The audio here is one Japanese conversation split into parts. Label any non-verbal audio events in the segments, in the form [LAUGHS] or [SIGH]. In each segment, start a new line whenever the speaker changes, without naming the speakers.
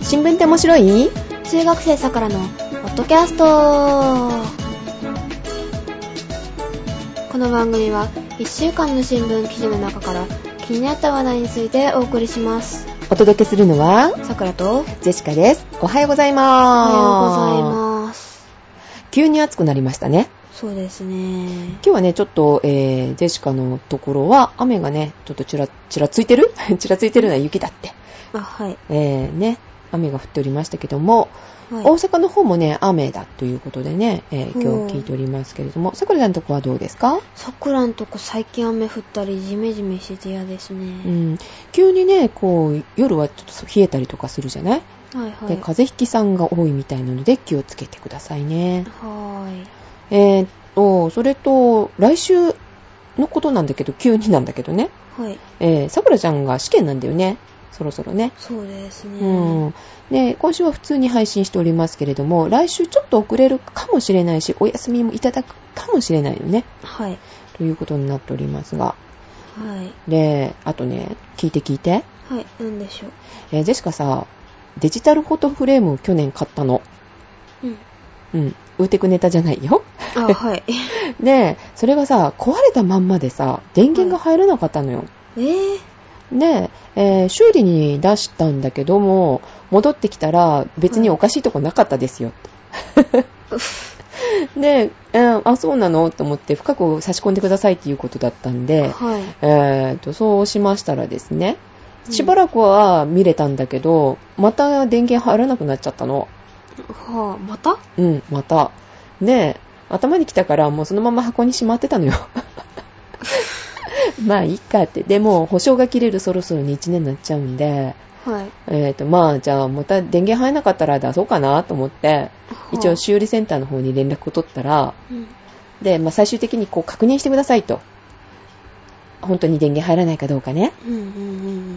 新聞って面白い
中学生さくらのポッドキャストこの番組は1週間の新聞記事の中から気になった話題についてお送りします
お届けするのは、
さくらと
ジェシカです。おはようござい
お
ます。
はようござ
す。
います
急に暑くなりましたね。
そうですね
今日はね、ちょっと、えー、ジェシカのところは、雨がね、ちょっとちら、ちらついてる [LAUGHS] ちらついてるのは雪だって。
あはい
えー、ね、雨が降っておりましたけども、
はい
大阪の方もね、雨だということでね、えー
うん
今日聞いておりますけれども、さくらちゃんのとこはどうですか
さくらんとこ最近雨降ったりジメジメしてて嫌です
う
ね、
ん。急にね、こう、夜はちょっと冷えたりとかするじゃない、
はいはい
で、風邪ひきさんが多いみたいなので気をつけてくださいね。
はーい
えーっと、それと、来週のことなんだけど、急になんだけどね、
はい
えー、さくらちゃんが試験なんだよね。そろそろね。
そうですね、
うん。で、今週は普通に配信しておりますけれども、来週ちょっと遅れるかもしれないし、お休みもいただくかもしれないよね。
はい
ということになっておりますが。
はい
で、あとね、聞いて聞いて。
はいなんでしょ
えージェシカさ、デジタルフォトフレームを去年買ったの。
ううん
うん。ウーテクネタじゃないよ。
あはい
で、それがさ、壊れたまんまでさ、電源が入らなかったのよ。
えー、
で、えー修理に出したんだけども、戻ってきたら別におかしいとこなかったですよ。で、えーあ、そうなのと思って深く差し込んでくださいっていうことだったんで、
はい
えーと、そうしましたらですね、
うん
しばらくは見れたんだけど、また電源入らなくなっちゃったの。
はあまた
うん、また。で、頭に来たからもうそのまま箱にしまってたのよ。 [LAUGHS] まあいいかって。でも、保証が切れるそろそろに1年になっちゃうんで、
はい
えっ、と、まあ、じゃあ、また電源入らなかったら出そうかなと思って、一応
は
修理センターの方に連絡を取ったら、
あうん
で、まあ、最終的にこう確認してくださいと。本当に電源入らないかどうかね。
うんうんうんう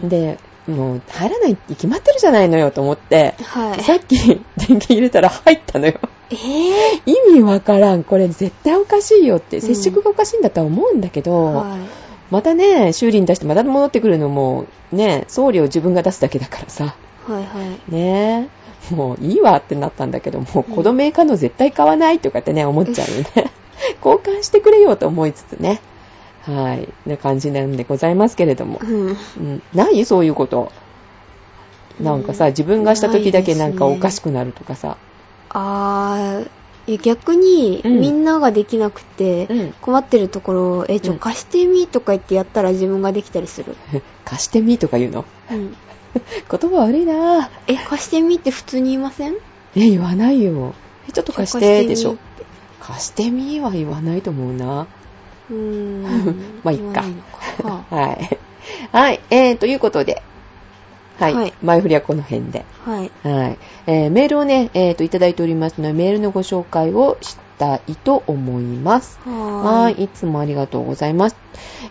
ん
で、もう、入らないって決まってるじゃないのよと思って、
はい
さっき電源入れたら入ったのよ。
え
意味わからん。これ絶対おかしいよって、
ん
接触がおかしいんだとは思うんだけ
ぇ、
ど、
はい
またね、修理に出してまた戻ってくるのも、ね、送料自分が出すだけだからさ。
はいはい
ねえ、もういいわってなったんだけど、もうこのメーカーの絶対買わないとかってね、思っちゃうよね。
[LAUGHS]
交換してくれよと思いつつね。はい。な感じなんでございますけれども。
うん
うん、ないそういうこと。なんかさ、
うん
自分がした時だけなんか
ないですね
おかしくなるとかさ。
あーいや逆に、
うん
みんなができなくて、
うん
困ってるところをえちょ、
うん
貸してみとか言ってやったら自分ができたりする、
貸してみとか言うの。 [LAUGHS]
うん、
言葉悪いなぁ。
え貸してみって普通に言いません
え、言わないよ。え、ちょっと貸してでしょ
貸。
貸してみは言わないと思うな。
うーん
まあいっか
言わないのか
[LAUGHS]
は
はい。はい。えー、ということで。はい。
はい
前振りはこの辺で。
あはい
はい。えー、メールをね、えー、と、いただいておりますので、メールのご紹介をしたいと思います。
は
は
ー
い。いつもありがとうございます。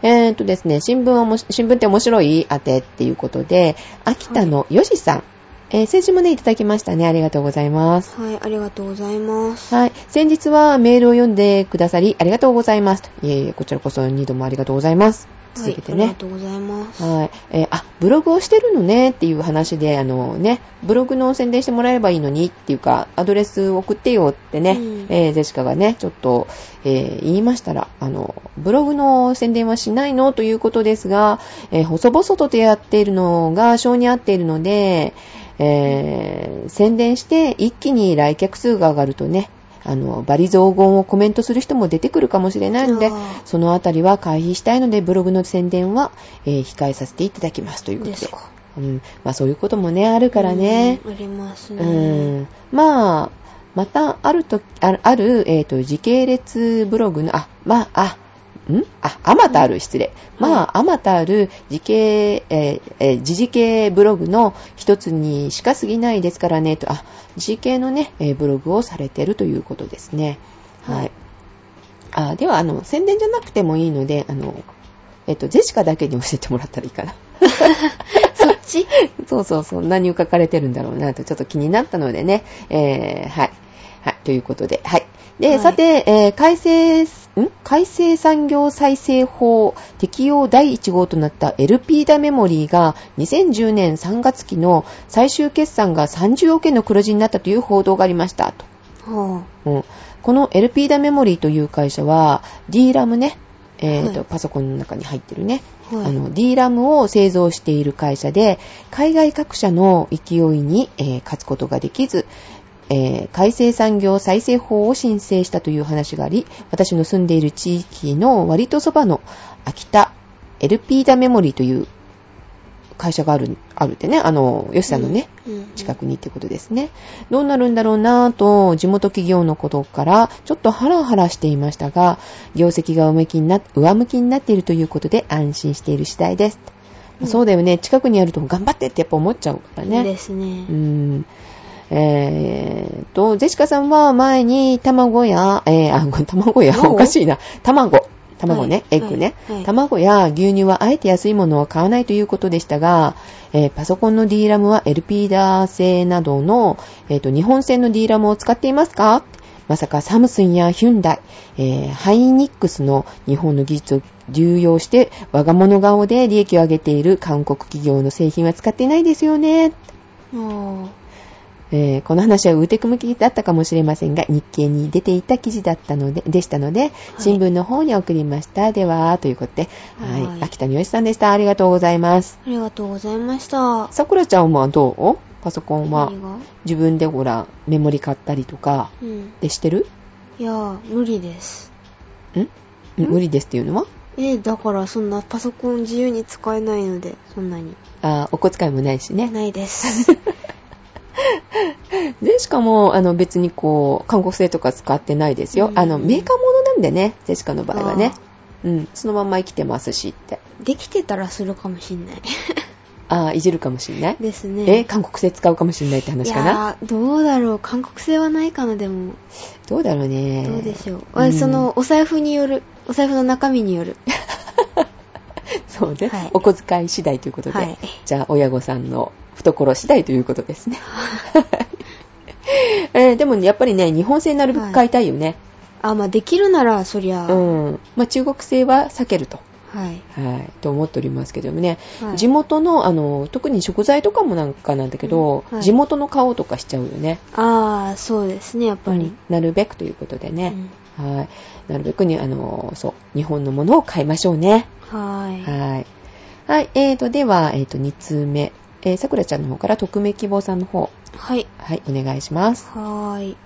えー、とですね、新聞はもし、新聞って面白いあてっていうことで、秋田のよしさん。えー、先週もね、いただきましたね。ありがとうございます。
はいありがとうございます
はい。先日はメールを読んでくださり、ありがとうございます。いえいえ、こちらこそ2度もありがとうございます。続けて
はい、ありが
ね。
とうございます
はい。えーあ、ブログをしてるのねっていう話で、あのね、ブログの宣伝してもらえればいいのにっていうか、アドレス送ってよってね、
うん
えーゼシカがね、ちょっと、えー言いましたら、あの、ブログの宣伝はしないのということですが、えー細々とやっているのが性に合っているので、えー宣伝して一気に来客数が上がるとね、あの、バリ雑言をコメントする人も出てくるかもしれないので
あー、
そのあたりは回避したいので、ブログの宣伝は、えー控えさせていただきますということで。
ですか
うん。まあそういうこともね、あるからね。
うんあります
う
ね
ん。まあ、またあると、あある、えっ、と、時系列ブログの、あ、まあ、あ、んあ、あまたある、失礼。まあ、あまたある時系、えーえー時事系ブログの一つにしか過ぎないですからね、と、あ、時事系のね、えーブログをされてるということですね。は
はいい。
あ、では、あの、宣伝じゃなくてもいいので、あの、えっ、と、ジェシカだけに教えてもらったらいいかな。
そっち
そうそうそう、何を書かれてるんだろうなと、ちょっと気になったのでね、えー、はい。はい、ということで、はい。で、
はい
さて、えー改正ん改正産業再生法適用第1号となった LP ダメモリーが2010年3月期の最終決算が30億円の黒字になったという報道がありましたと。
は
うん、この LP ダメモリーという会社は D ラムね、えーと
はい
パソコンの中に入ってるね、
あ、はい。
あの D ラムを製造している会社で海外各社の勢いに、えー勝つことができず、えー改正産業再生法を申請したという話があり私の住んでいる地域の割とそばの秋田 LP ダメモリーという会社があるあるってねあの吉さんのね、
うん、うん
近くにってことですね。どうなるんだろうなぁと、地元企業のことから、ちょっとハラハラしていましたが、業績が上向きにな上向きになっているということで安心している次第です。
うん
そうだよね。近くにあると頑張ってってやっぱ思っちゃうからね。
ですね
う。ん。えーっと、ジェシカさんは前に卵や、えー、あ、ごめん卵や、
卵
おかしいな。卵。卵ね、エ
はい
ッグね、
はいはい
卵や牛乳はあえて安いものを買わないということでしたが、えーパソコンの D ラムは LP ダー製などの、えーっと日本製の D ラムを使っていますかまさかサムスンやヒュンダイ、えーハイニックスの日本の技術を流用して、我が物顔で利益を上げている韓国企業の製品は使っていないですよね。
も
えーこの話はウーテク向きだったかもしれませんが、日経に出ていた記事だったので、でしたので、新聞の方に送りました。では、ということで、はい、
はい
秋田によしさんでした。ありがとうございます。
う、ありがとうございました。
さくらちゃんはどうパソコンは
何が
自分でほら、メモリ買ったりとか、
うん。
でしてる
いや、無理です。
ん無理ですっていうのは
え、だからそんなパソコン自由に使えないので、そんなに。
あーお小遣いもないしね。
な
[LAUGHS]
いです。
で、しかも、あの、別にこう、韓国製とか使ってないですよ。
うん
あの、メーカーものなんでね、ジェシカの場合はね
あ。
うん、そのまんま生きてますしって。
できてたらするかもしんない。
ああ、いじるかもしんない。
です
え
ね。
韓国製使うかもしれないって話か
い
な
やーどうだろう。韓国製はないかな、でも。
どうだろうね
どうでしょ
う
う。
ん
その、お財布による。お財布の中身による。
そうね、
はい
お小遣い次第ということで、
はい
じゃあ親御さんの懐次第ということですね、えーでもねやっぱりね日本製になるべく買いたいよね、
あ、まあ、できるなら、そりゃ、
うんまあ、中国製は避けると
はい。
はいと思っておりますけどもね、
はい
地元のあの特に食材とかもなんかなんだけど、
うんはい
地元の顔とかしちゃうよね
ああ、そうですね、やっぱり。
なるべくということで
う
ね、
ん
はいなるべくにあのそう日本のものを買いましょうね
はーい。
はい。はい、えーと、では、えーと、2通目。えー、さくらちゃんの方から、匿名希望さんの方、
はい。
はい、お願いします。
はーい。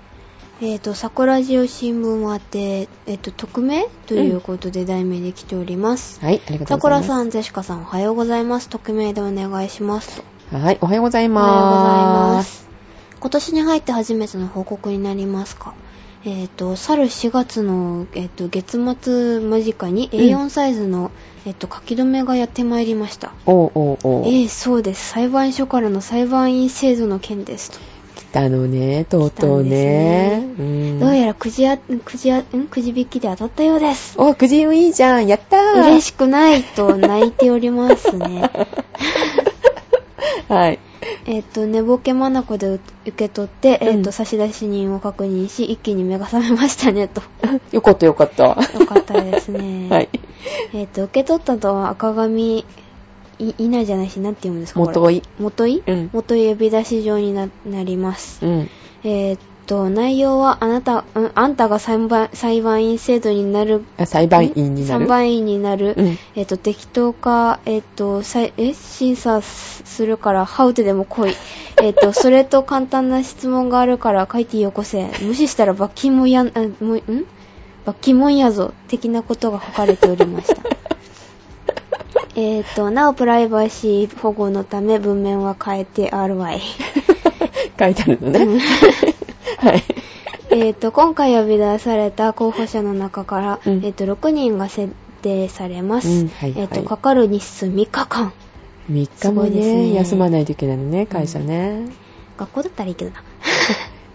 えっ、と、桜ジオ新聞宛て、えっ、と、匿名ということで題名で来ております。
はい、ありがとうござい
桜
ます。
さん、ゼシカさん、おはようございます。匿名でお願いします。
はい、おはようござい
おはようござい
ま。
ますす。今年に入って初めての報告になりますか。えっ、と、去る4月の、えっ、と、月末間近に
ん
A4 サイズの、えっ、と、書き留めがやってまいりました。
おうおうおう。
ええそうです。裁判所からの裁判員制度の件ですと。
来たのね、とうとうね。
来
うん
どうやらくじあ、くじあ、んくじ引きで当たったようです。
お、くじ運いいじゃん、やったー。
嬉しくないと泣いておりま
[LAUGHS]
すね。
はい。
えっと、寝ぼけ眼で受受け取って、えっ
うん
と、差出人を確認し、一気に目が覚めましたね、と。
よかったよかった。は
よかったで
[LAUGHS]
すね。
い。
えっと、受け取ったとは赤髪、い、いないじゃないし、なんて言うんですかこれ
元い。
元い
うん
元い呼び出し状にななります。
うん。
えーっと、内容はあなた、うんあんたが裁判裁判員制度になる、
あ裁判員になる。
裁判員になる、
うん
えーっと、適当か、えーっと、裁え審査すするから、ハウテでも
[LAUGHS]
来い。えーっと、それと簡単な質問があるから書いてよこせ。無視したら罰金もやん、あもうん罰金もんやぞ。的なことが書かれており
[LAUGHS]
ました。えーっと、なおプライバシー保護のため文面は変えて
[LAUGHS]
RY。
書いてあるのね。 [LAUGHS] はい。
えっと今回呼び出された候補者の中から、
うん
えっと6人が設定されます、
うんはい
えっと
はい
かかる日数3日間
3日
す
も
ごいです
ね、
ね
休まないといけないのね、会社ね。
学校だったらいいけどな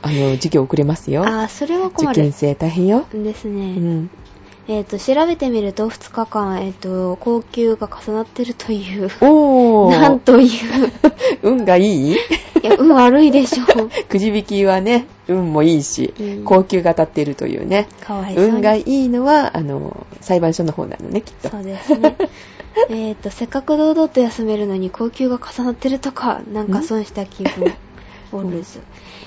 あの、授業遅れますよ。
[LAUGHS] あーそれは困
受験
る
生大変よ。
ですね、
うん。
えっ、と、調べてみると2日間、えっ、と、高級が重なってるという、
おー。
[LAUGHS] なんという、
[LAUGHS] 運がいい [LAUGHS]
いや、運悪いでしょう。
くじ引きはね、運もいいし、
うん
高級が立ってるというね。
かわいそうに。
運がいいのは、あの、裁判所の方なのね、きっと。
そうですね。えっと、せっかく堂々と休めるのに高級が重なってるとか、なんか損した気分。オルズ。
う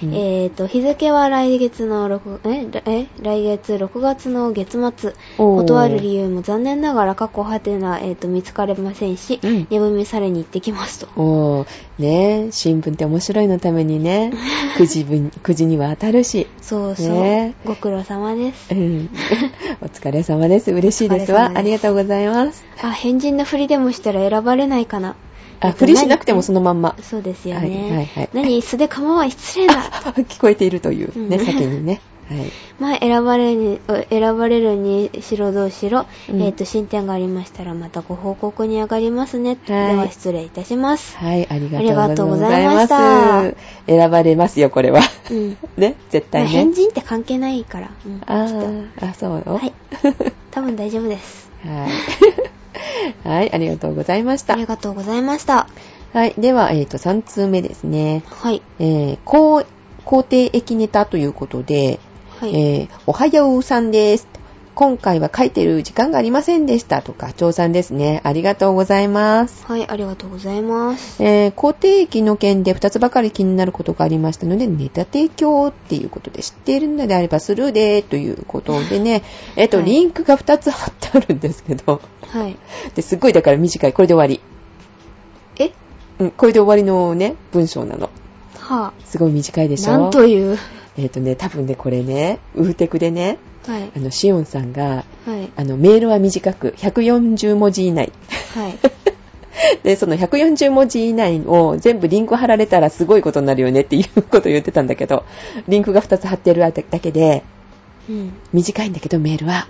ん
えっと、日付は来月の6、ええ来月6月の月末。
おー
断る理由も残念ながら過去ハテナ、えー、と見つかれませんし、
うん
寝踏みされに行ってきますと。
おー、ねえ新聞って面白いのために
[LAUGHS]
ね、くじぶんくじには当たるし、
そうそう、
ね
ご苦労様です
う。
[LAUGHS]
ん、お疲れ様です。嬉しいです
お疲れ様
わ。
です
ありがとうございます。
あ、変人のふりでもしたら選ばれないかな。え
あ、
っと
ふりしなくてもそのまんま
何。そうですよね。
はいはいはい
何、素で構わん、失礼だ。
あ [LAUGHS] 聞こえているというね、
うん
先にね。はい。
まあ、選ばれに、選ばれるにしろどうしろ、
うん
えっ、と、進展がありましたらまたご報告に上がりますね。では失礼いたします。
はい、あり
ありが
が
と
と
う
う
ご
ご
ざ
ざ
い
い
ま
ま
し
す。
た
選ばれますよ、これは。 [LAUGHS]
うん。
ね、絶
まあ、
対
変
ね。
人って関係ないから。うん、
あ
きっと
ーあ、そうよ。 [LAUGHS]
はい。多分大丈夫です。
はい。はい、ありがとうございまし
あ
た
り。がとうございました。
はい、では、えっ、と、3通目ですね。
はい。
えー、こう肯定的ネタということで、
はい。
えーおはようさんです。今回は書いてる時間がありませんでしたとか、長さんですね。ありがとうございます。
はい、ありがとうございます。
えー、肯定期の件で2つばかり気になることがありましたので、ネタ提供っていうことで知っているのであればスルーでということでね、えっと、
はい
リンクが2つ貼ってあるんですけど、 [LAUGHS]
はい。
ですっごいだから短い。これで終わり。
え
うん、これで終わりのね、文章なの。
は
すごい短いで
ぁ、
しょ
なんという。
えっ、とね、多分ね、これね、ウーテクでね、
はい
あ。の、シオンさんが、
はい。
あの、メールは短く、140文字以内。 [LAUGHS]
はい。
で、その140文字以内を全部リンク貼られたらすごいことになるよねっていうことを言ってたんだけど、リンクが2つ貼ってるだけで、
うん。
短いんだけどメールは。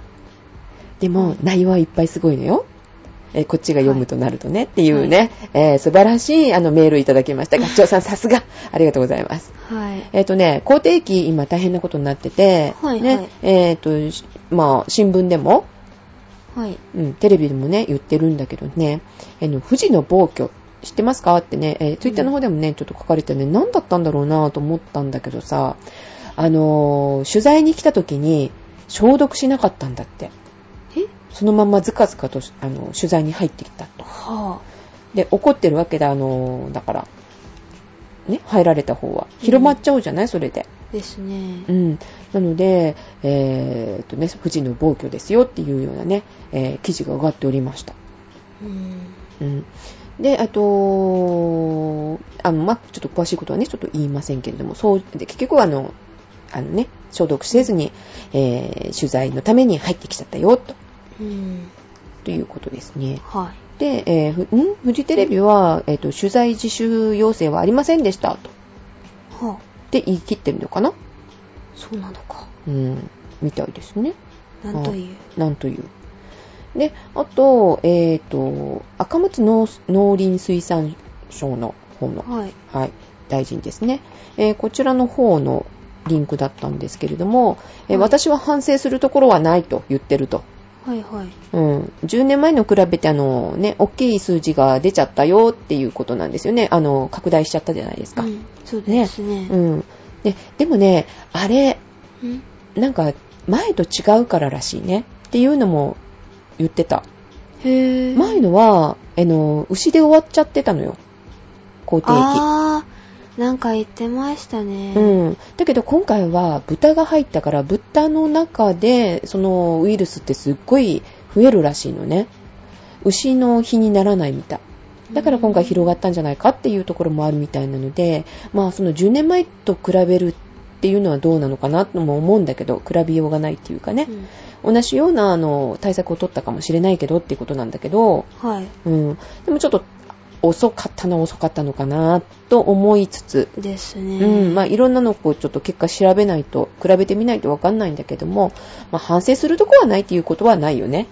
でも、内容はいっぱいすごいのよ。えーこっちが読むとなるとね、っていうね、えー素晴らしいあのメールをいただきました。ガッチョウさんさすがありがとうございます。
はい。
えっ、とね、肯定期、今大変なことになってて、
はいはい
ね、えっ、と、しまあ、新聞でも、
はい。
うん、テレビでもね、言ってるんだけどね、あの、富士の暴挙、知ってますかってね、えー、ツイッターの方でもね、ちょっと書かれてね、何だったんだろうなと思ったんだけどさ、あのー取材に来た時に、消毒しなかったんだって。
え
そのままずかずかと、あの、取材に入ってきたと。
は
で、怒ってるわけだ、あのーだから、ね、入られた方は。広まっちゃうじゃない、それで。
ぁ、ですね
う。ん、なので、えーっとね、富士の暴挙ですよっていうようなね、えー記事が上がっておりました。
うん。
うん、で、あと、あのまあ、ちょっと詳しいことはね、ちょっと言いませんけれども、そうで結局はあの、あのね、消毒せずに、えー取材のために入ってきちゃったよと。
うん。
ということですね。
は
で、えーふんフジテレビは、えーと、取材自粛要請はありませんでした、と。
い。はぁ、
って言い切ってるのかな
そうなのか。
うん、みたいですね。
なんという。
なんという。で、あと、えっ、と、赤松農農林水産省の方の、
はい。
はい、大臣ですね、えーこちらの方のリンクだったんですけれども、えー
はい
私は反省するところはないと言ってると。
はいはい。
うん、10年前の比べて、あの、ね、大きい数字が出ちゃったよっていうことなんですよね。あの、拡大しちゃったじゃないです
う
か。
ん。そうですね。
うん。で、でもね、あれ、
うん。
なんか、前と違うかららしいね。っていうのも言ってた。
へぇー。
前のは、あの、牛で終わっちゃってたのよ。肯定
あー、なんか言ってましたね。
期。うん。だけど今回は豚が入ったから、豚の中で、そのウイルスってすっごい増えるらしいのね。牛の日にならないみたい。だから今回広がったんじゃないかっていうところもあるみたいなので、まあその10年前と比べるっていうのはどうなのかなとも思うんだけど、比べようがないっていうかね
う。ん。
同じようなあの対策を取ったかもしれないけどっていうことなんだけど、
はい。
うん、でもちょっと遅かったのは遅かったのかなと思いつつ、
ですね。
うんまあ、いろんなのをこうちょっと結果調べないと比べてみないとわかんないんだけども、まあ、反省するとこはないっていうことはないよね。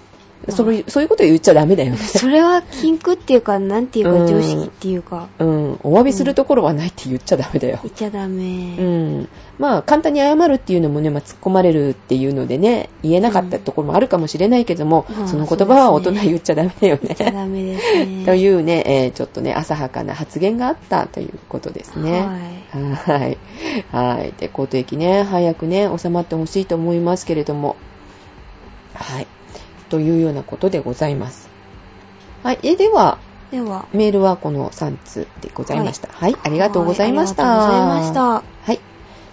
そういうそういうこと言っちゃダメだよね。 [LAUGHS]
それは禁句っていうか、なんていう
う
か、
ん
常識っていうか、
うん、お詫びするところはないって言っちゃダメだよ。
言っちゃダ
う
メ。
ん、まあ簡単に謝るっていうのもね、まあ、突っ込まれるっていうのでね言えなかったところもあるかもしれないけども、
うん
その言葉は大人
そうですね
言っちゃダメだよ
言っちゃ
ね。
ダメですね。
[LAUGHS] というね、えーちょっとね浅はかな発言があったということですね。
はい。
[LAUGHS] はい。はい。で、公的ね、早くね、収まってほしいと思いますけれども。はい。というようなことでございます。はい。えでは、
では、
メールはこの3通でございました。はい、ありがとうございました。
はいありがとうございまし
はい。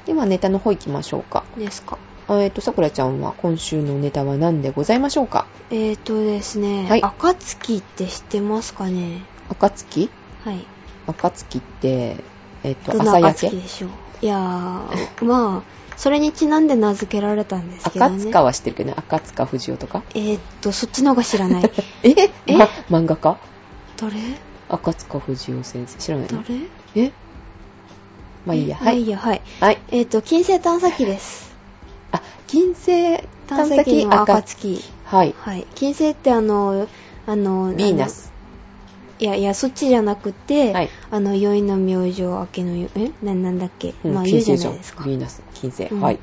ではネタの方行きましょうか。
た。ですか。
えっと、さくらちゃんは今週のネタは何でございましょうか
えーとですね、
はい
暁って知ってますかね
暁
はい。
暁って、えっ、と、
どんな
朝焼
暁
け
でしょういやー、まあ、それにちなんで名付けられたんですけど
赤
ね。
塚は知ってるけどね、赤塚不二夫とか。
えーっと、そっちの方が知らない。
え
え
ま漫画家
どれ
赤塚不二夫先生。知らない
ど
の
れ
えまあいいや。
えま
は
あ
い。
いいや、はい。
はい。
えーっと、金星探査機
[LAUGHS]
です。
あ、金星、
探査機の暁。
はい。
はい。金星ってあの、あの、
ヴィーナス。
あの。いやいや、そっちじゃなくて、
はい
あの、酔いの明星、明けの夜、えな、なんだっけ、
うん
まあ
金
言うじ
星
ゃ
じゃ。
な
ヴ
んいですか。
ィーナス、金星。
うん
はい。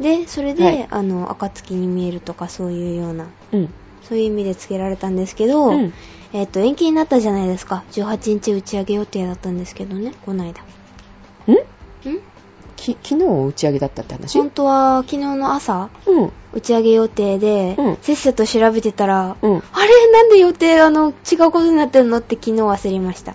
で、それで、
はい
あの、暁に見えるとかそういうような、
うん。
そういう意味で付けられたんですけど、
うん
えっ、と、延期になったじゃないですか。18日打ち上げ予定だったんですけどね、こないだ。ん
き昨日打ち上げだったって話う
本
ん。
当は昨日の朝、
うん。
打ち上げ予定で、
うん
せっせと調べてたら、
うん。
あれなんで予定、あの、違うことになってるのって昨日焦りました。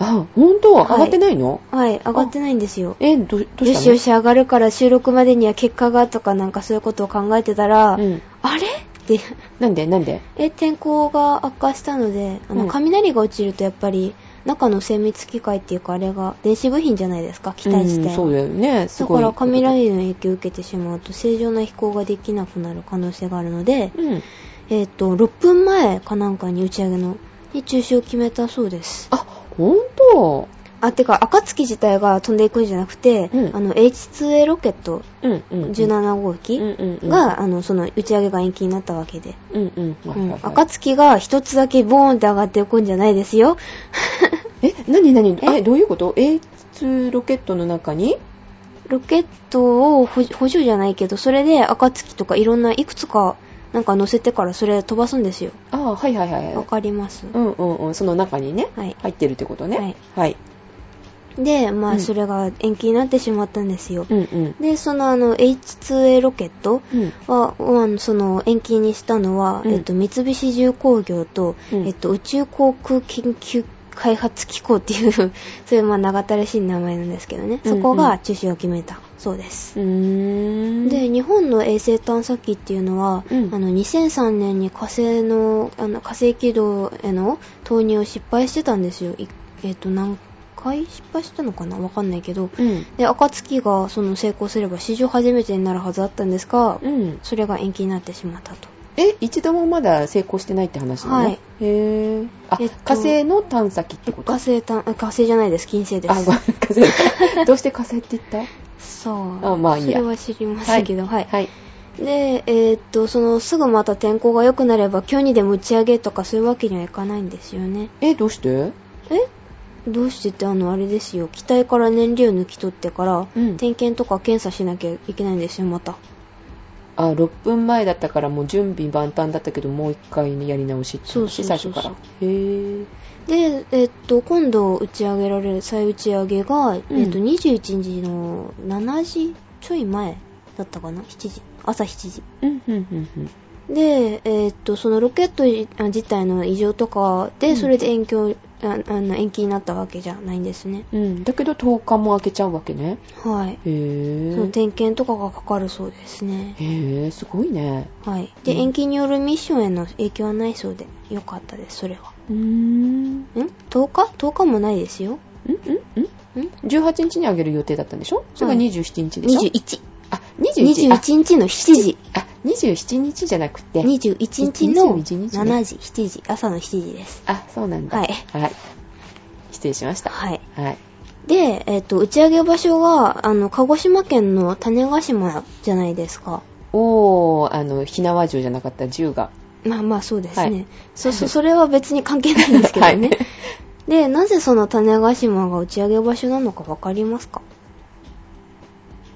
あ、本当上
はい
がってないの、
はい、上がってないんですよ。
え、ど、どうしたの
よしよし上がるから収録までには結果がとかなんかそういうことを考えてたら、
うん。
あれって、
なんでなんで
え、天候が悪化したので、あ
うん
の、雷が落ちるとやっぱり、中の精密機械っていうかあれが電子部品じゃないですか、機体自体
う
は
ん、そうだよね。す
だ
ご
か
い。
ら雷の影響を受けてしまうと正常な飛行ができなくなる可能性があるので、
うん。
えっ、と、6分前かなんかに打ち上げの、に中止を決めたそうです。
あ、本当
あ、てか、暁自体が飛んでいくんじゃなくて、
うん
あの、H2A ロケット
うんうん。
17号機
うん
が、
うんうん
あの、その、打ち上げが延期になったわけで。
うんうん。はいはいはい
暁が一つだけボーンって上がっていくんじゃないですよ。 [LAUGHS]
え、なになに
え
え、どういうこと ?A2 ロケットの中に
ロケットを補補助じゃないけど、それで暁とかいろんないくつかなんか乗せてからそれ飛ばすんですよ。
あ、はいはいはい。
わかります、
うんうんうん。その中にね、
はい。
入ってるってことね。
はい。
はい。
で、ま
う
あ
ん
それが延期になってしまったんですよ。
うんうん。
で、そのあの H2A ロケット
うん。
は、うんその延期にしたのは、
うん
えっと、三菱重工業と、
うん
えっと、宇宙航空研究開発機構っていう、 [LAUGHS] そういうまあ長ったらしい名前なんですけどね。そこ
うんう
が
ん
中止を決めたそうです。
うーん。
で、日本の衛星探査機っていうのは、
うん
あの2003年に火星のあの火星軌道への投入を失敗してたんですよ。いえっ、と何回失敗したのかなわかんないけど。
うん。
で、暁がその成功すれば史上初めてになるはずだったんですが、
うん。
それが延期になってしまったと。
え、一度もまだ成功してないって話なの、
はい、
へー。あ、
えっと
火星の探査機ってこと
火星探あ火星じゃないです。金星で
あ、ごめん [LAUGHS]
す。
火
[LAUGHS]
星。どうして火星って言った
そう。
あまあいいや
それは知りませんけど、はい。
はい。
で、えっと、その、すぐまた天候が良くなれば、今日にでも打ち上げとかそういうわけにはいかないんですよね。
え、どうして
えどうしてってあのあれですよ機体から燃料抜き取ってから、
うん
点検とか検査しなきゃいけないんですよまた
あ、6分前だったからもう準備万端だったけど、もう一回ねやり直しって
そうそうそうそ
最
う
初から。へぇ
でえっと今度打ち上げられる再打ち上げが、えっと
うん
21日の7時ちょい前だったかな7時朝7時
うん、うん、うん、うん。
で、えっとそのロケットいあ自体の異常とかで、
うん
それで延期をああの延期になったわけじゃないんですね
うん、だけど10日も開けちゃうわけね。
はい、
へ
その
ぇ
点検とかがかかるそうですね
へぇすごいね。
はい。で、
うん
延期によるミッションへの影響はないそうで、よかったです、それは。
うーん。んん
ん ?10 日 ?10 日もないですよ。
んん
ん
?18 日にあげる予定だったんでしょそれが
はい
27日でしょ、
?21。
あ、21あ
21日の7時。
あ、27日じゃなくて。
21日の
21日ね
7時、7時、朝の7時です。
あ、そうなんだ。
はい
失礼しました。
はい。
はい。
で、えっ、と、打ち上げ場所が、あの、鹿児島県の種子島じゃないですか。
おー、あの、火縄銃じゃなかった銃が。
まあまあそうですね、
はい
そそそれは別に関係ないんですけどね、
はい
[LAUGHS] でなぜその種子島が打ち上げ場所なのかわかりますか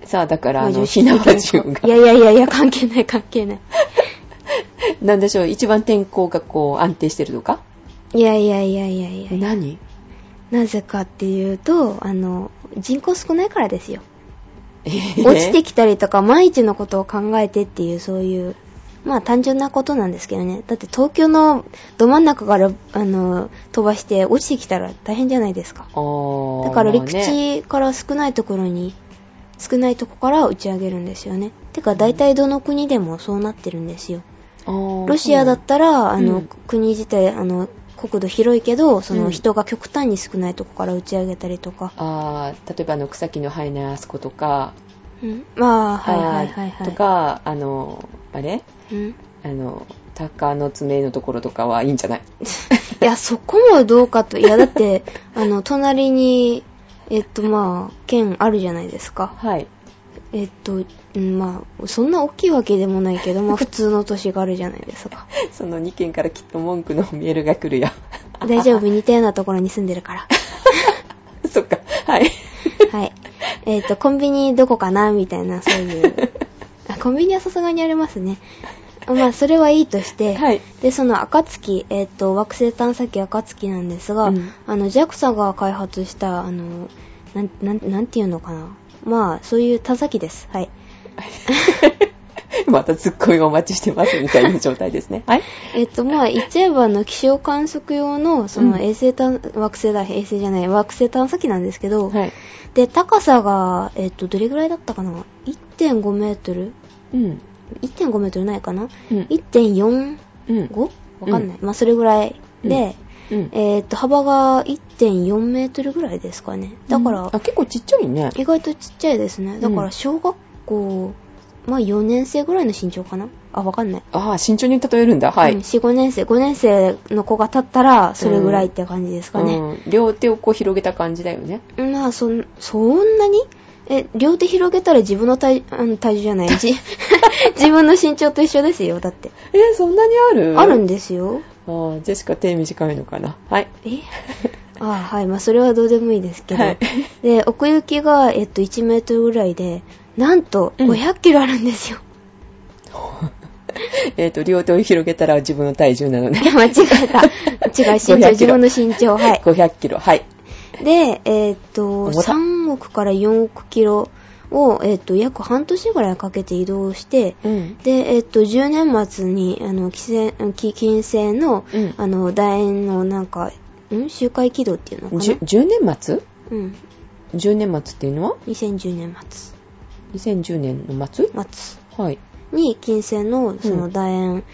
さあ、だから、あ
まあ
の、
常
火
識的
縄
な
銃が
[LAUGHS] い、やいやいやいや関係ない関係ない
なんでしょう、一番天候がこう安定してるとか
いやいやいやいやいや
何
なぜかっていうとあの人口少ないからですよ
落 [LAUGHS]
落ちてきたりとか毎日のことを考えてっていうそういうまあ単純なことなんですけどねだって東京のど真ん中からあの飛ばして落ちてきたら大変じゃないですかだ
だ
から陸地から少ないところに少ないとこから打ち上げるんですよねてか大体どの国でもそうなってるんですよロシアだったらあ
う
の、
ん
国自体あの国土広いけどそうの
ん
人が極端に少ないとこから打ち上げたりとか、
あー例えばあの草木の生えないあそことか、
うん、まあはいはいはい
あ
は
ー
い
とかあのあれ
うん
あの鷹の爪のところとかはいいんじゃない
いや、そこもどうかと。いや、だ
[LAUGHS]
って、あの、隣に、えっと、まあ、県あるじゃないですか。
はい [LAUGHS]
えっと、うんまあ、そんな大きいわけでもないけど、まあ、普通の都市があるじゃないで
[LAUGHS]
すか。
その2件からきっと文句のメールが来るよ
大丈夫、似たようなところに住んでるから。
[LAUGHS] そっかはい
はい。えっと、コンビニどこかなみたいな、そういう。あ、コンビニはさすがにありますね。まあ、それはいいとして、
[LAUGHS] はい
で、その暁、えっ、と、惑星探査機暁なんですが、
うん
あの、JAXA が開発した、あの、なん、なん、なんていうのかな。まあ、そういう探査機です。はい。
またツッコミをお待ちしてますみたいな状態ですねはい
えっ、と、
[LAUGHS]
まあ、言っちゃえば、あの、気象観測用の、その、
うん
衛星探、惑星だ、衛星じゃない、惑星探査機なんですけど、
はい
で、高さが、えっ、と、どれぐらいだったかな ?1.5 メートル
うん、
1.5メートルないかな
うん
?1.45?
うん
わかんない。まあ、それぐらい。で、
うん
えーっと、幅が1.4メートルぐらいですかね。だか
うん
ら
あ、結構ちっちゃいね
意外とちっちゃいですね。だか
う
ら、
ん
小学校、まあ、4年生ぐらいの身長かなあ、わかんない。
ああ慎重に例えるんだはい、
うん4、5年生、5年生の子が立ったら、それぐらいって感じですかね。
うん、両手をこう広げた感じだよね
まあ、そん、そんなにえ、両手広げたら自分の体、あの体重じゃ
[LAUGHS]
ない。じ自分の身長と一緒ですよ。だって。
えーそんなにある
あるんですよ。
あージェシカ手短いのかなはい
え [LAUGHS] ああはいまあそれはどうでもいいですけど、
はい
で奥行きが、えっと、1メートルぐらいでなんと
うん
500キロあるんですよ、 [LAUGHS]
えっ、と両手を広げたら自分の体重なのね
間違えた違う
500
身
キロ
長自分の身長はい
500キロはい
でえっと
重た
3億から4億キロを、えっと、約半年ぐらいかけて移動して
うん
で、えっと、10年末に、あの、金星き金星の、
うん
あの、楕円の、なんか、ん周回軌道っていうのかな
じゅ 10, 年末
うん。
10年末っていうのは
2010年末。
2010年の末
末。
はい
に金星のそ
うん
の楕円、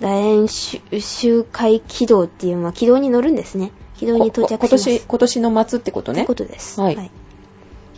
楕円周周回軌道っていう、まあ、軌道に乗るんですね軌道に到着し
こ
ま
今
す
年今年の末ってこと
とい
ね
うことです、
はい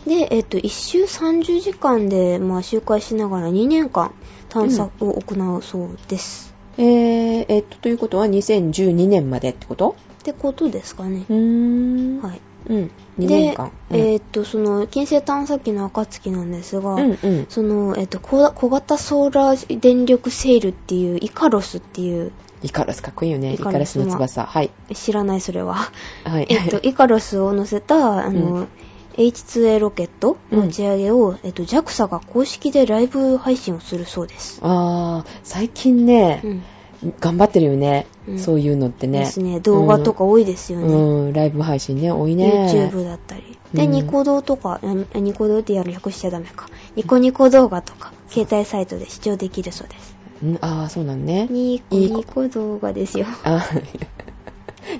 で、えっと、1周30時間で、まあ、周回しながら2年間探査を行うそうです、
えー、えっとということは2012年までってこと
ってことですかね
う、ーん
はい、
うん2年間
で、えっとその金星探査機の暁なんですが、
うんうんうん
その、えっと、小小型ソーラー電力セールっていうイカロスっていう
イカロスかっこいいよねイ
イ
カ
カ
ロ
ロ
ス
ス
の
は
翼はい
知らないそれは
はい
えっと、イカロスを乗せた、あの、
うん
H2A ロケットの
うん
打ち上げを、えっと、JAXA が公式でライブ配信をするそうです。
あー最近ね、
うん。
頑張ってるよね、
うん
そういうのってね
ですね。動画とか多いですよ
う
ね。
ん、うんライブ配信ね多いね
YouTube だったり。で、
うん
ニコ動とか、あニニコ動ってやる略しちゃダメか。ニコニコ動画とか、携帯サイトで視聴できるそうです。
うんああそうなんね
ニコ
いいこ
ニコ動画ですよ。
あ [LAUGHS]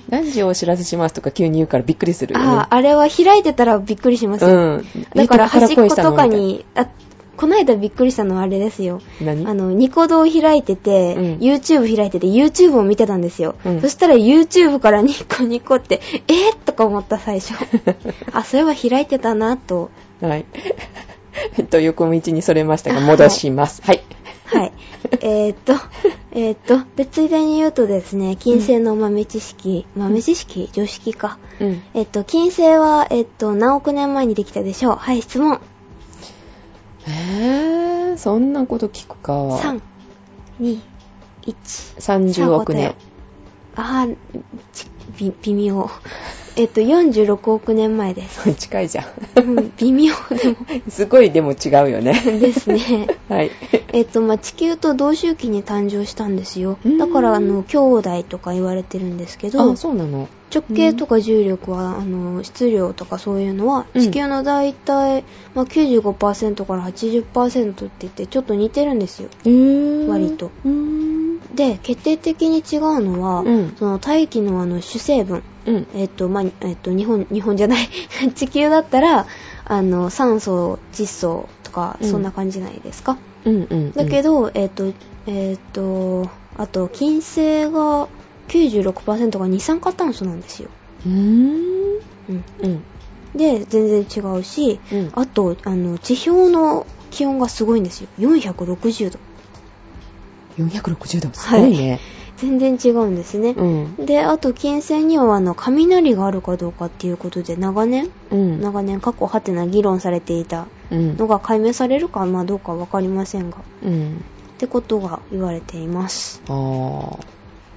何時をお知らせしますとか急に言うからびっくりするよね
ああ、あれは開いてたらびっくりしますよ。
うん
だから端っ
い
こ
つ
とかに、あ、こないだびっくりしたのはあれですよ。
から声したのみたいな
あ
何
の、ニコ動を開いてて、
うん
YouTube 開いてて、YouTube を見てたんですよ。
うん
そしたら YouTube からニコニコって、えー、とか思っ
[LAUGHS]
た最初。あ、そういえば開いてたなと。
はい [LAUGHS] えっと横道にそれましたが戻しますはい、 [LAUGHS]
はい。えーっと、えーっと、で、ついでに言うとですね、金星の豆知識、豆知識常識か。
うん
えっと、金星は、えっと、何億年前にできたでしょう。はい、質問。
えー、そんなこと聞くか
3、2、 1
30億年。
あーちび微妙えっと46億年前です
[LAUGHS] 近いじゃ
うん微妙でも
ん。すごいでも違うよね。
[LAUGHS] ですね
はい。
えっとまあ、地球と同周期に誕生したんですよ
うん
だからあの兄弟とか言われてるんですけど
あ、そうなの。
直径とか重力は、あの質量とかそういうのは
うん
地球の大体、まあ、95%から80%って言ってちょっと似てるんですよ
えー
割と。
うーん。
で決定的に違うのは、
うん
その大気のあの主成分
うん。
えっとまあえっと日本日本じゃない [LAUGHS] 地球だったらあの酸素窒素とか
うん
そんな感じじゃないですか、
うんうん。
だけ
ど、
ど、えっ、と、えっ、と、あと、金星が96%が二酸化炭素なんですよ。
うーん。
うん、
うん。
で、全然違うし、
うん
あと、あの、地表の気温がすごいんですよ。460度。
460度。すごいね。
全然違うんですね。
うん。
で、あと、金星には、あの、雷があるかどうかっていうことで、長年、
うん。
長年、過去ハテナ議論されていた
うん
のが解明されるか、まあ、どうかわかりませんが、
うん。
ってことが言われています。
あー。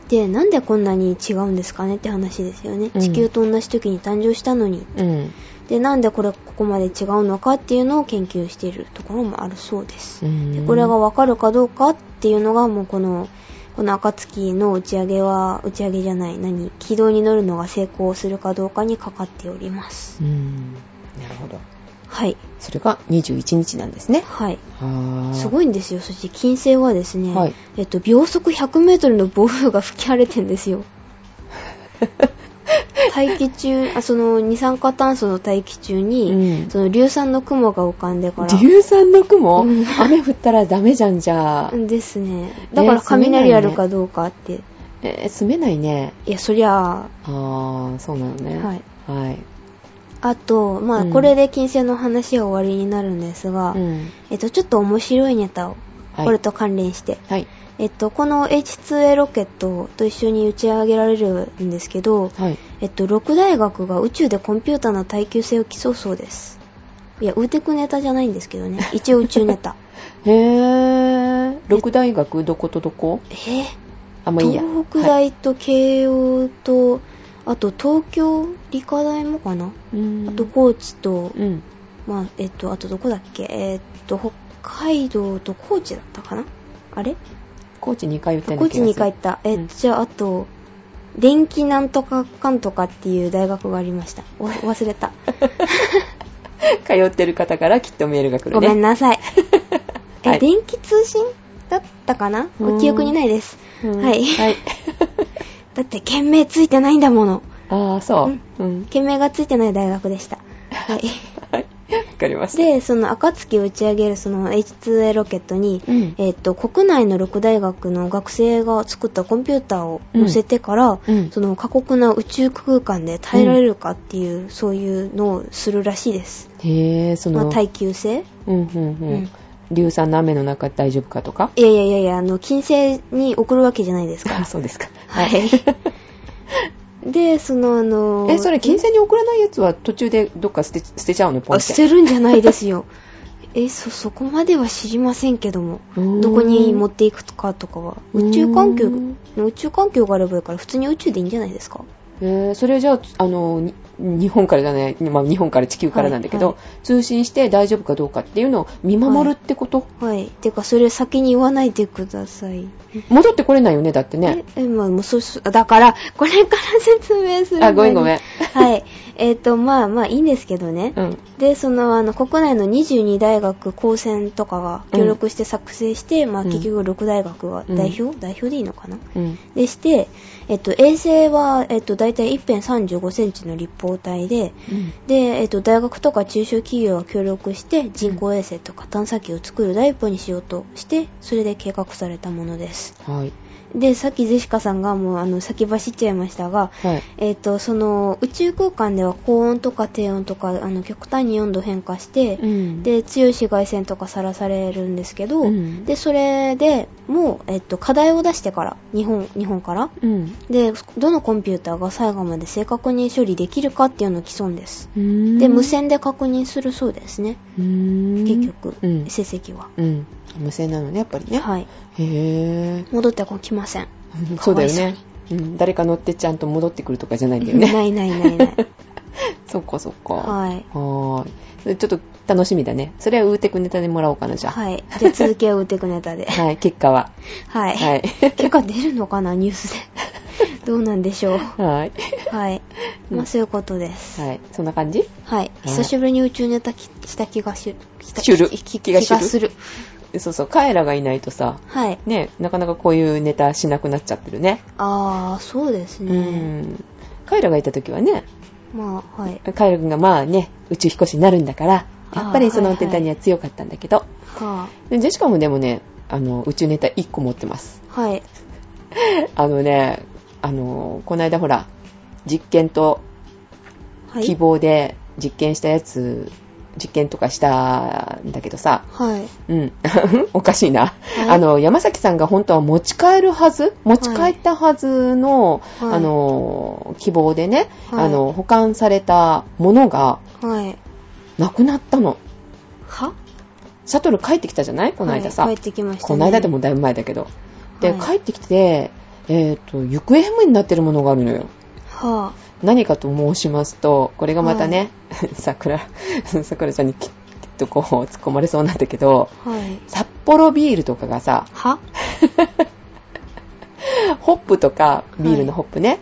でなんでこんなに違うんですかねって話ですよね、
うん
地球と同じ時に誕生したのに
うん。
でなんでこれここまで違うのかっていうのを研究しているところもあるそうです、
うん
でこれが分かるかどうかっていうのがもうこのこの暁の打ち上げは打ち上げじゃない何軌道に乗るのが成功するかどうかにかかっております
うん。なるほど。
はい
それが21日なんですね。
はい
はー
すごいんですよそして金星はですね、
はい
えっと、秒速 100m の暴風が吹き荒れてんで
[LAUGHS]
すよ大気中あその二酸化炭素の大気中に、
うん
その硫酸の雲が浮かんでから
硫酸の雲、
うん
雨降ったらダメじゃんじゃあ、
ですねだから
ね住めない
雷
ね
あるかどうかって、
えー住めないね
いやそりゃあ
ああそうなのね
はい、
はい
あとまあ、
うん
これで金星の話は終わりになるんですが、
うん
えっとちょっと面白いネタを
はい
これと関連して、
はい
えっとこの H2A ロケットと一緒に打ち上げられるんですけど、
はい
えっと、6大学が宇宙でコンピューターの耐久性を競うそうです。いや、ウーテクネタじゃないんですけど
[LAUGHS]
ね。一応宇宙ネタ。
へえ六大学どことどこ
えー
あまあいいや
東北
はい
大と慶応と、あと東京理科大もかな、
うん
あと高知と、
うん
まあ、えっと、あとどこだっけえっと、北海道と高知だったかなあれ
高知2回言ったよう
高
な気がす
知
る
に帰った。えっと、
うん
じゃあ、あと、電気なんとかかんとかっていう大学がありました。お忘
[LAUGHS]
れた。
[LAUGHS] 通ってる方からきっとメールが来るね
ごめんなさい。
[LAUGHS]
え、
はい
電気通信だったかな
うん
記憶にないです。
うん
はい [LAUGHS]
はい
だって、県名ついてないんだもの。
ああそううん
県名がついてない大学
[LAUGHS]
でした。はい。
はいわかりました
で、その、暁を打ち上げるその H2A ロケットに、
うん
えっと、国内の6大学の学生が作ったコンピューターを載せてから、
うん
その過酷な宇宙空間で耐えられるかっていう、そういうのをするらしいです。
へえそ
まあ、
の
耐久性
うんうんう
うん
ん硫酸の雨の中大丈夫かとか
いやいやいやいや、あの、金星に送るわけじゃないですか
あそうですか
はい。 [LAUGHS] で、そのあのー
えそれ金星に送らないやつは途中でどっか捨て捨てちゃうのポン
あ
って
捨てるんじゃないですよ。え、そ、そこまでは知りませんけども
うー。ん
どこに持っていくかとかは。宇宙環境
うーん、
宇宙環境があればいいから、普通に宇宙でいいんじゃないですか
えーそれじゃああのに日本からじゃない、まあ、日本から地球からなんだけど、
はい
通信して大丈夫かどうかっていうのを見守るってこと、
はい。てか、それ先に言わないでください。
戻ってこれないよねだってね
え、えまあ、もうそうそうだから、これから説明するのに。
あごめんごめん
はい。えっ、と、まあまあ、いいんですけどね。
うん
でそのあの国内の22大学高専とかが協力して作成して、まあ、
うん
結局6大学が
うん
代表、代表でいいのかな
うん
でして、えっと、衛星は、えっと、大体1辺35センチの立方体で
うん
で、えっと、大学とか中小企業が協力して人工衛星とか探査機を作る第一歩にしようとしてそれで計画されたものです
はい
でさっきジェシカさんがもうあの先走っちゃいましたが、
はい
えっとその宇宙空間では高温とか低温とかあの極端に温度変化して、
うん
で強い紫外線とかさらされるんですけど、
うん
でそれでもう、えっと、課題を出してから日本日本から
うん
でどのコンピューターが最後まで正確に処理できるかっていうのを競うんです、
うん
で無線で確認するそうですね、
うん
結局、
うん
成績は
うん無線なのね、やっぱりね。
はい。
へえ。
戻っては来ません。
そうだよ
かわ
ね
い。
うん、誰か乗ってちゃんと戻ってくるとかじゃないんだよね。
[LAUGHS] ないないないない。
[LAUGHS] そっかそっか。
はい。
はーい。それちょっと楽しみだね。それはウーテクネタでもらおうかな、じゃあ。 [LAUGHS]
はい。じゃあ続きは打ってくネタで。
はい。結果は。
はい。
はい。
結果出るのかな、ニュー
[LAUGHS]
スで。どうなんでしょう。
はい。
はい。まあ、そういうことです。
はい。そんな感じ
はい。久しぶりに宇宙ネタきした気がしした
知る
き
気が知る
する。
そうそう。カエラがいないとさ、
はい。
ね、なかなかこういうネタしなくなっちゃってるね。
あー、そうです
う
ね。
ん。カエラがいた時はね、
まあ、はい。
カエラくんがまあね、宇宙飛行士になるんだから、やっぱりそのネタには強かったんだけど、
は
でジェシカもでもね、あの、宇宙ネタ1個持ってます。
あ、はい。
あのね、あの、この間ほら、実験と
はい。
希望で実験したやつ、実験とかしたんだけどさ、
はい。
うん、 [LAUGHS] おかしいな。
い
あの、山崎さんが本当は持ち帰るはず持ち帰ったはずの、
はい
あの、希望でね、
はい
あの、保管されたものが
はい。
なくなったの。
は
シャトル帰ってきたじゃないこの間さ。
はい帰ってきました、ね。
この間でもだいぶ前だけど。で、
はい
帰ってきて、えっ、と、行方不明になってるものがあるのよ。
は
何かと申しますと、これがまたね、桜、桜ちゃんにきっとこう突っ込まれそうなんだけど、
あ、はい。
札幌ビールとかがさ、
は
ホップとか、ビールのホップね、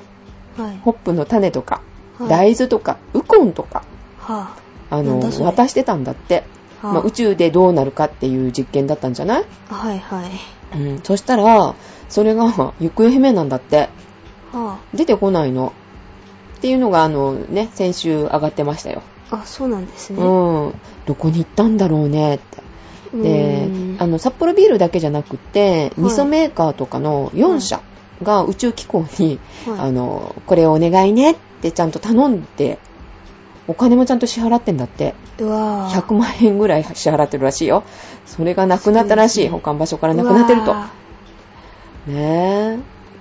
はい。
ホップの種とか、
はい
大豆とか、ウコンとか、
は
あ
な
の
んだそ、れ
渡してたんだって。
あ、はあ、
まあ、宇宙でどうなるかっていう実験だったんじゃない
はいはい。
うん。そしたら、それが行方不明なんだって。
は
出てこないの。っていうのが、あのね、先週上がってましたよ。
あ、あ、そうなんです
うん
ね。。
どこに行ったんだろうねって。
う
で
ーん、
あの、札幌ビールだけじゃなくて、
い
味噌メーカーとかの4社が宇宙機構に、
はい
あの、これをお願いねってちゃんと頼んで、お金もちゃんと支払ってんだって。
うわー
100万円ぐらい支払ってるらしいよ。それがなくなったらしい。
そうですね
保管場所からなくなってる
う
と。
わ
ねえ。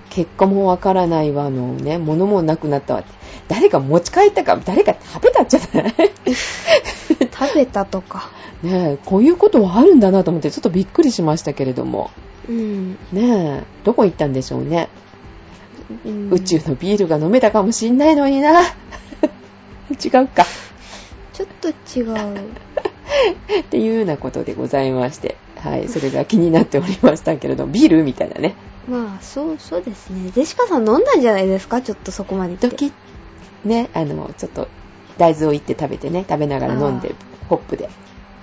結果もわからないわ、あのね、物もなくなったわって。誰が持ち帰ったか、誰か食べたんじゃない [LAUGHS]
ー食べたとか。
ねえ、こういうことはあるんだなと思って、ちょっとびっくりしましたけれども。
うん。
ねえ、どこ行ったんでしょうね。
うん
[LAUGHS] 宇宙のビールが飲めたかもしんないのにな。 [LAUGHS] 違うか。
ちょっと違う。
っていうようなことでございまして。はい、それが気になっておりましたけれども、ビールみたいなね。
まあ、そう、そうですね。ジェシカさん飲んだんじゃないですかちょっとそこまで言って。
時ねあのちょっと大豆をいって食べてね食べながら飲んでホップで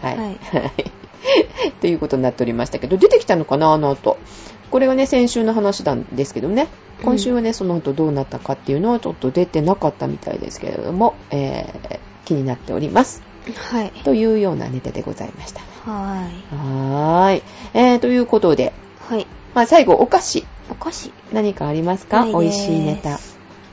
はい、
はい
という [LAUGHS] ことになっておりましたけど出てきたのかなあの後これはね先週の話なんですけどね今週はね、その後どうなったかっていうのはちょっと出てなかったみたいですけれども、えー気になっております
はい。
というようなネタでございました
は
はーい、えー、ということで、
ーい。はい。
まあ、最後お菓子
お菓子
何かありますか
ないです
美味しいネタ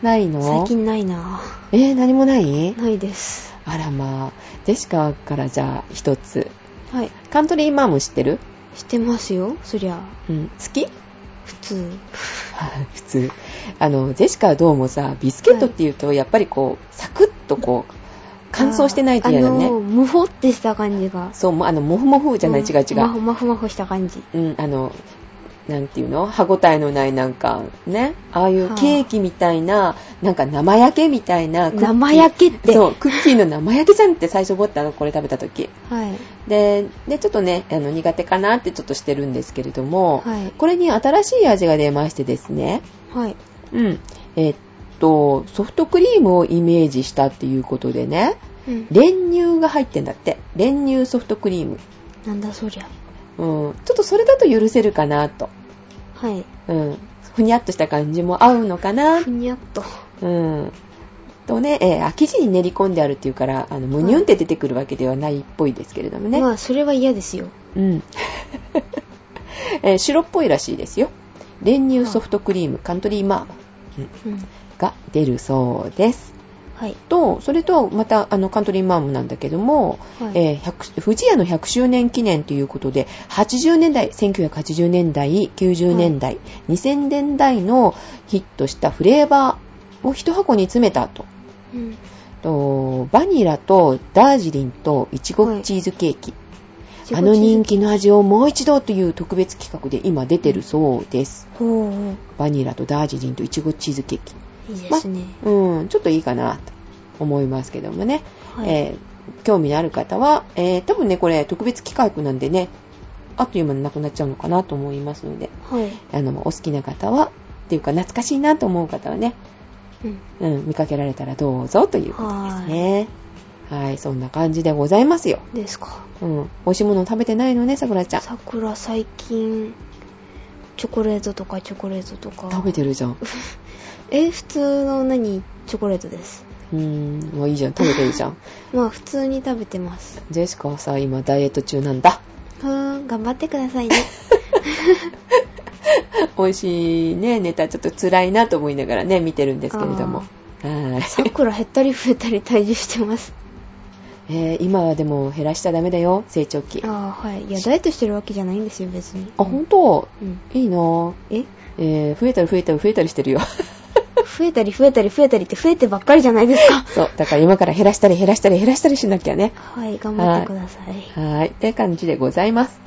ないの
最近ないな
えー、何もない
ないです。
あらまあ、ジェシカからじゃあ一つ。
はい。
カントリーマーム知ってる
してますよ、そりゃ。
うん。好き [LAUGHS]
普通。
普通。あの、ジェシカはどうもさ、ビスケットっていうと、やっぱりこう、サクッとこう、乾燥してないと嫌だ
あ
ね
の。むほってした感じが。
そう、もうあの、もふもふじゃない、
ん
違う違
まほ
う。
まほまほした感じ。
うん、あの、なんていうの歯応えのないなんか、ね。ああい
は
う
あ
ケーキみたいな、なんか生焼けみたいな。クッキー
生焼けって
そう、クッキーの生焼けじゃんって最初思ったの、これ食べた時。
はい。
ででちょっとねあの苦手かなってちょっとしてるんですけれども、
はい
これに新しい味が出ましてですね、
はい。
うんえっとソフトクリームをイメージしたっていうことでね
うん。
練乳が入ってんだって練乳ソフトクリーム、
なんだそりゃ。
うん、ちょっとそれだと許せるかなと、
はい。
うん、ふにゃっとした感じも合うのかな、
ふにゃっと。
うん、とね、えーあ生地に練り込んであるっていうからあのむにゅんって出てくるわけではないっぽいですけれどもね、
まあ、それは嫌ですよ。
うん、 [LAUGHS] えー白っぽいらしいですよ練乳ソフトクリームカントリーマーム
うん。
が出るそうです
はい。
とそれとまたあのカントリーマームなんだけども、
はい。
えー100富士屋の100周年記念ということで80年代1980年代90年代、2000年代のヒットしたフレーバーを一箱に詰めたと
うん。
とバニラとダージリンとイチゴチーズケーキ、
ちご
あの人
チ
気の味をもう一度という特別企画で今出てるそうです。
ーズケーキほうほ
バニラとダージリンとイチゴチーズケーキ。
ういいですね、
うん、ちょっといいかなと思いますけどもね。
はい、
えー興味のある方は、えー多分ね、これ特別企画なんでね、あっという間になくなっちゃうのかなと思いますので、
はい、
あの、お好きな方は、っていうか懐かしいなと思う方はね、
うん、
うん、見かけられたらどうぞということですね。はい、そんな感じでございますよ。
ですか
うん、美味しいもの食べてないのね、さくらちゃん。
桜最近チョコレートとかチョコレートとか
食べてるじゃん。
え普通の何チョコレートです
うん、もういいじゃん、食べてるじゃん。 [LAUGHS]
まあ普通に食べてます
ジェシカはさ、今ダイエット中なんだ。 [LAUGHS]
ふーん頑張ってくださいね
美味しいね、ネタちょっと辛いなと思いながらね、見てるんですけれども。はい。
[LAUGHS] 桜減ったり増えたり体重してます
えー今はでも減らしちゃダメだよ、成長期。あ、
ああはいいやダイエットしてるわけじゃないんですよ別に
ほんと
うん
いいなぁ
え
えー増えたり増えたり増えたりしてるよ。 [LAUGHS]
増えたり増えたり増えたりって増えてばっかりじゃないですか
そう、だから今から減らしたり減らしたり減らしたりしなきゃね。
[LAUGHS] はい頑張ってください
はい。って感じでございます。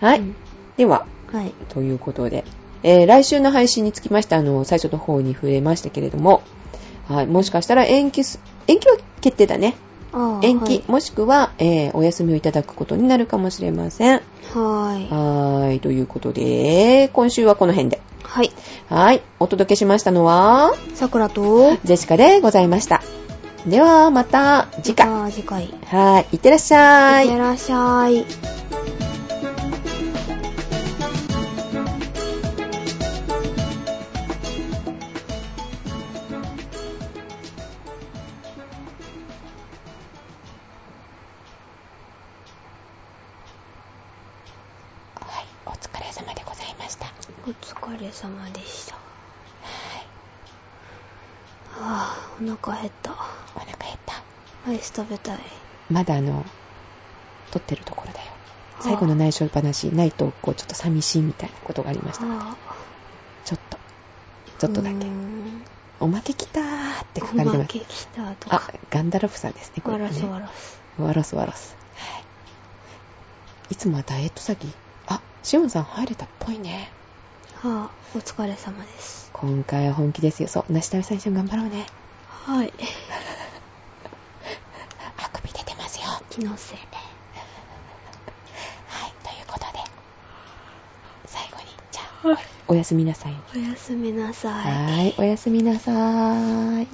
はい。
うん
では、
はい
ということで、えー来週の配信につきまして、あの、最初の方に触れましたけれども、はい、もしかしたら延期す、延期は決定だね。
ああ
延
は
期、もしくは、えーお休みをいただくことになるかもしれません。
いは
はーい、ということで、今週はこの辺で。
ーいはい
はい、お届けしましたのは、
桜と
ジェシカでございました。では、また次回。は
ああ次回
ーい、いってらっしゃ
いって
い。
らっしゃい
はい、お疲れ様でございました。
お疲れ様でした。はぁ、お腹減った。
お腹減った。
アイス食べたい。
まだあの、撮ってるところだよ。最後の内緒話、ないと、こう、ちょっと寂しいみたいなことがありました。
は
ちょっと。
ぁ
ちょっとだけ
うー。ん
おまけ来たーって書かれ
お
て
ま
ます
け。来たと
あ
か。、
ガンダルフさんですね、こ
わ
れ、ね。
らすわらす。
わらすわらす。はい。いつもはダイエット先。あ、シオンさん入れたっぽいね。
はぁ、お疲れ様です。
今回は本気ですよ。そう、なしたみさん一緒に頑張ろうね。
[LAUGHS] はい。
あくび出てますよ。はい、
気のせいで。
ということで。最後に、じゃあ、おやすみなさい。
おやすみなさい。
はい、おやすみなさーい。